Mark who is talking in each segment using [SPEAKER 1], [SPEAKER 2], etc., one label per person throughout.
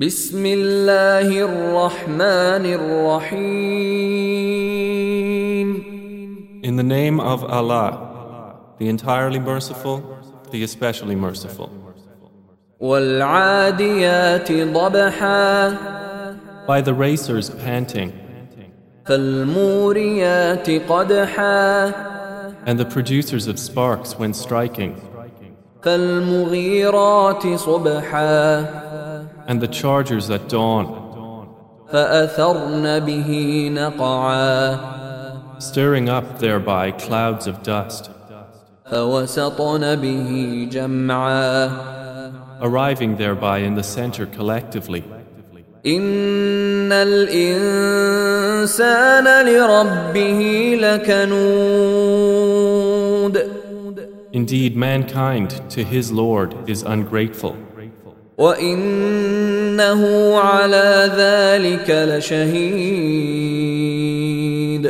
[SPEAKER 1] بسم الله الرحمن الرحيم
[SPEAKER 2] In the name of Allah, the entirely merciful, the especially merciful.
[SPEAKER 1] والعاديات ضبحا
[SPEAKER 2] By the racers panting,
[SPEAKER 1] فالموريات قدحا
[SPEAKER 2] and the producers of sparks when striking,
[SPEAKER 1] فالمغيرات صبحا
[SPEAKER 2] and the chargers at dawn,
[SPEAKER 1] فأثرن به نقعا
[SPEAKER 2] stirring up thereby clouds of dust,
[SPEAKER 1] فوسطن به جمعا
[SPEAKER 2] arriving thereby in the center collectively.
[SPEAKER 1] إن الإنسان لربه لكنود
[SPEAKER 2] Indeed, mankind to his Lord is ungrateful,
[SPEAKER 1] وإنه على ذلك لشهيد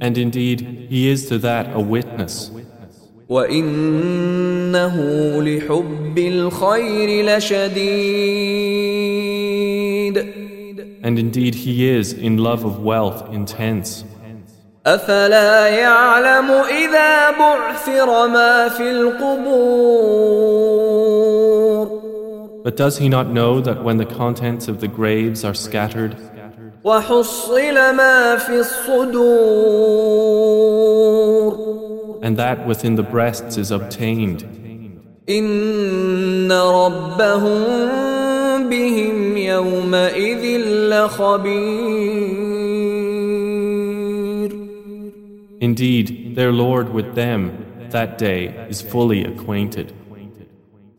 [SPEAKER 2] and indeed, he is to that a witness,
[SPEAKER 1] وإنه لحب الخير لشديد
[SPEAKER 2] and indeed, he is in love of wealth intense.
[SPEAKER 1] أفلا يعلم إذا بعثر ما في القبور
[SPEAKER 2] But does he not know that when the contents of the graves are scattered,
[SPEAKER 1] وحصل ما في الصدور
[SPEAKER 2] and that within the breasts is obtained,
[SPEAKER 1] إن ربهم بهم يومئذ لخبير
[SPEAKER 2] indeed their Lord with them that day is fully acquainted?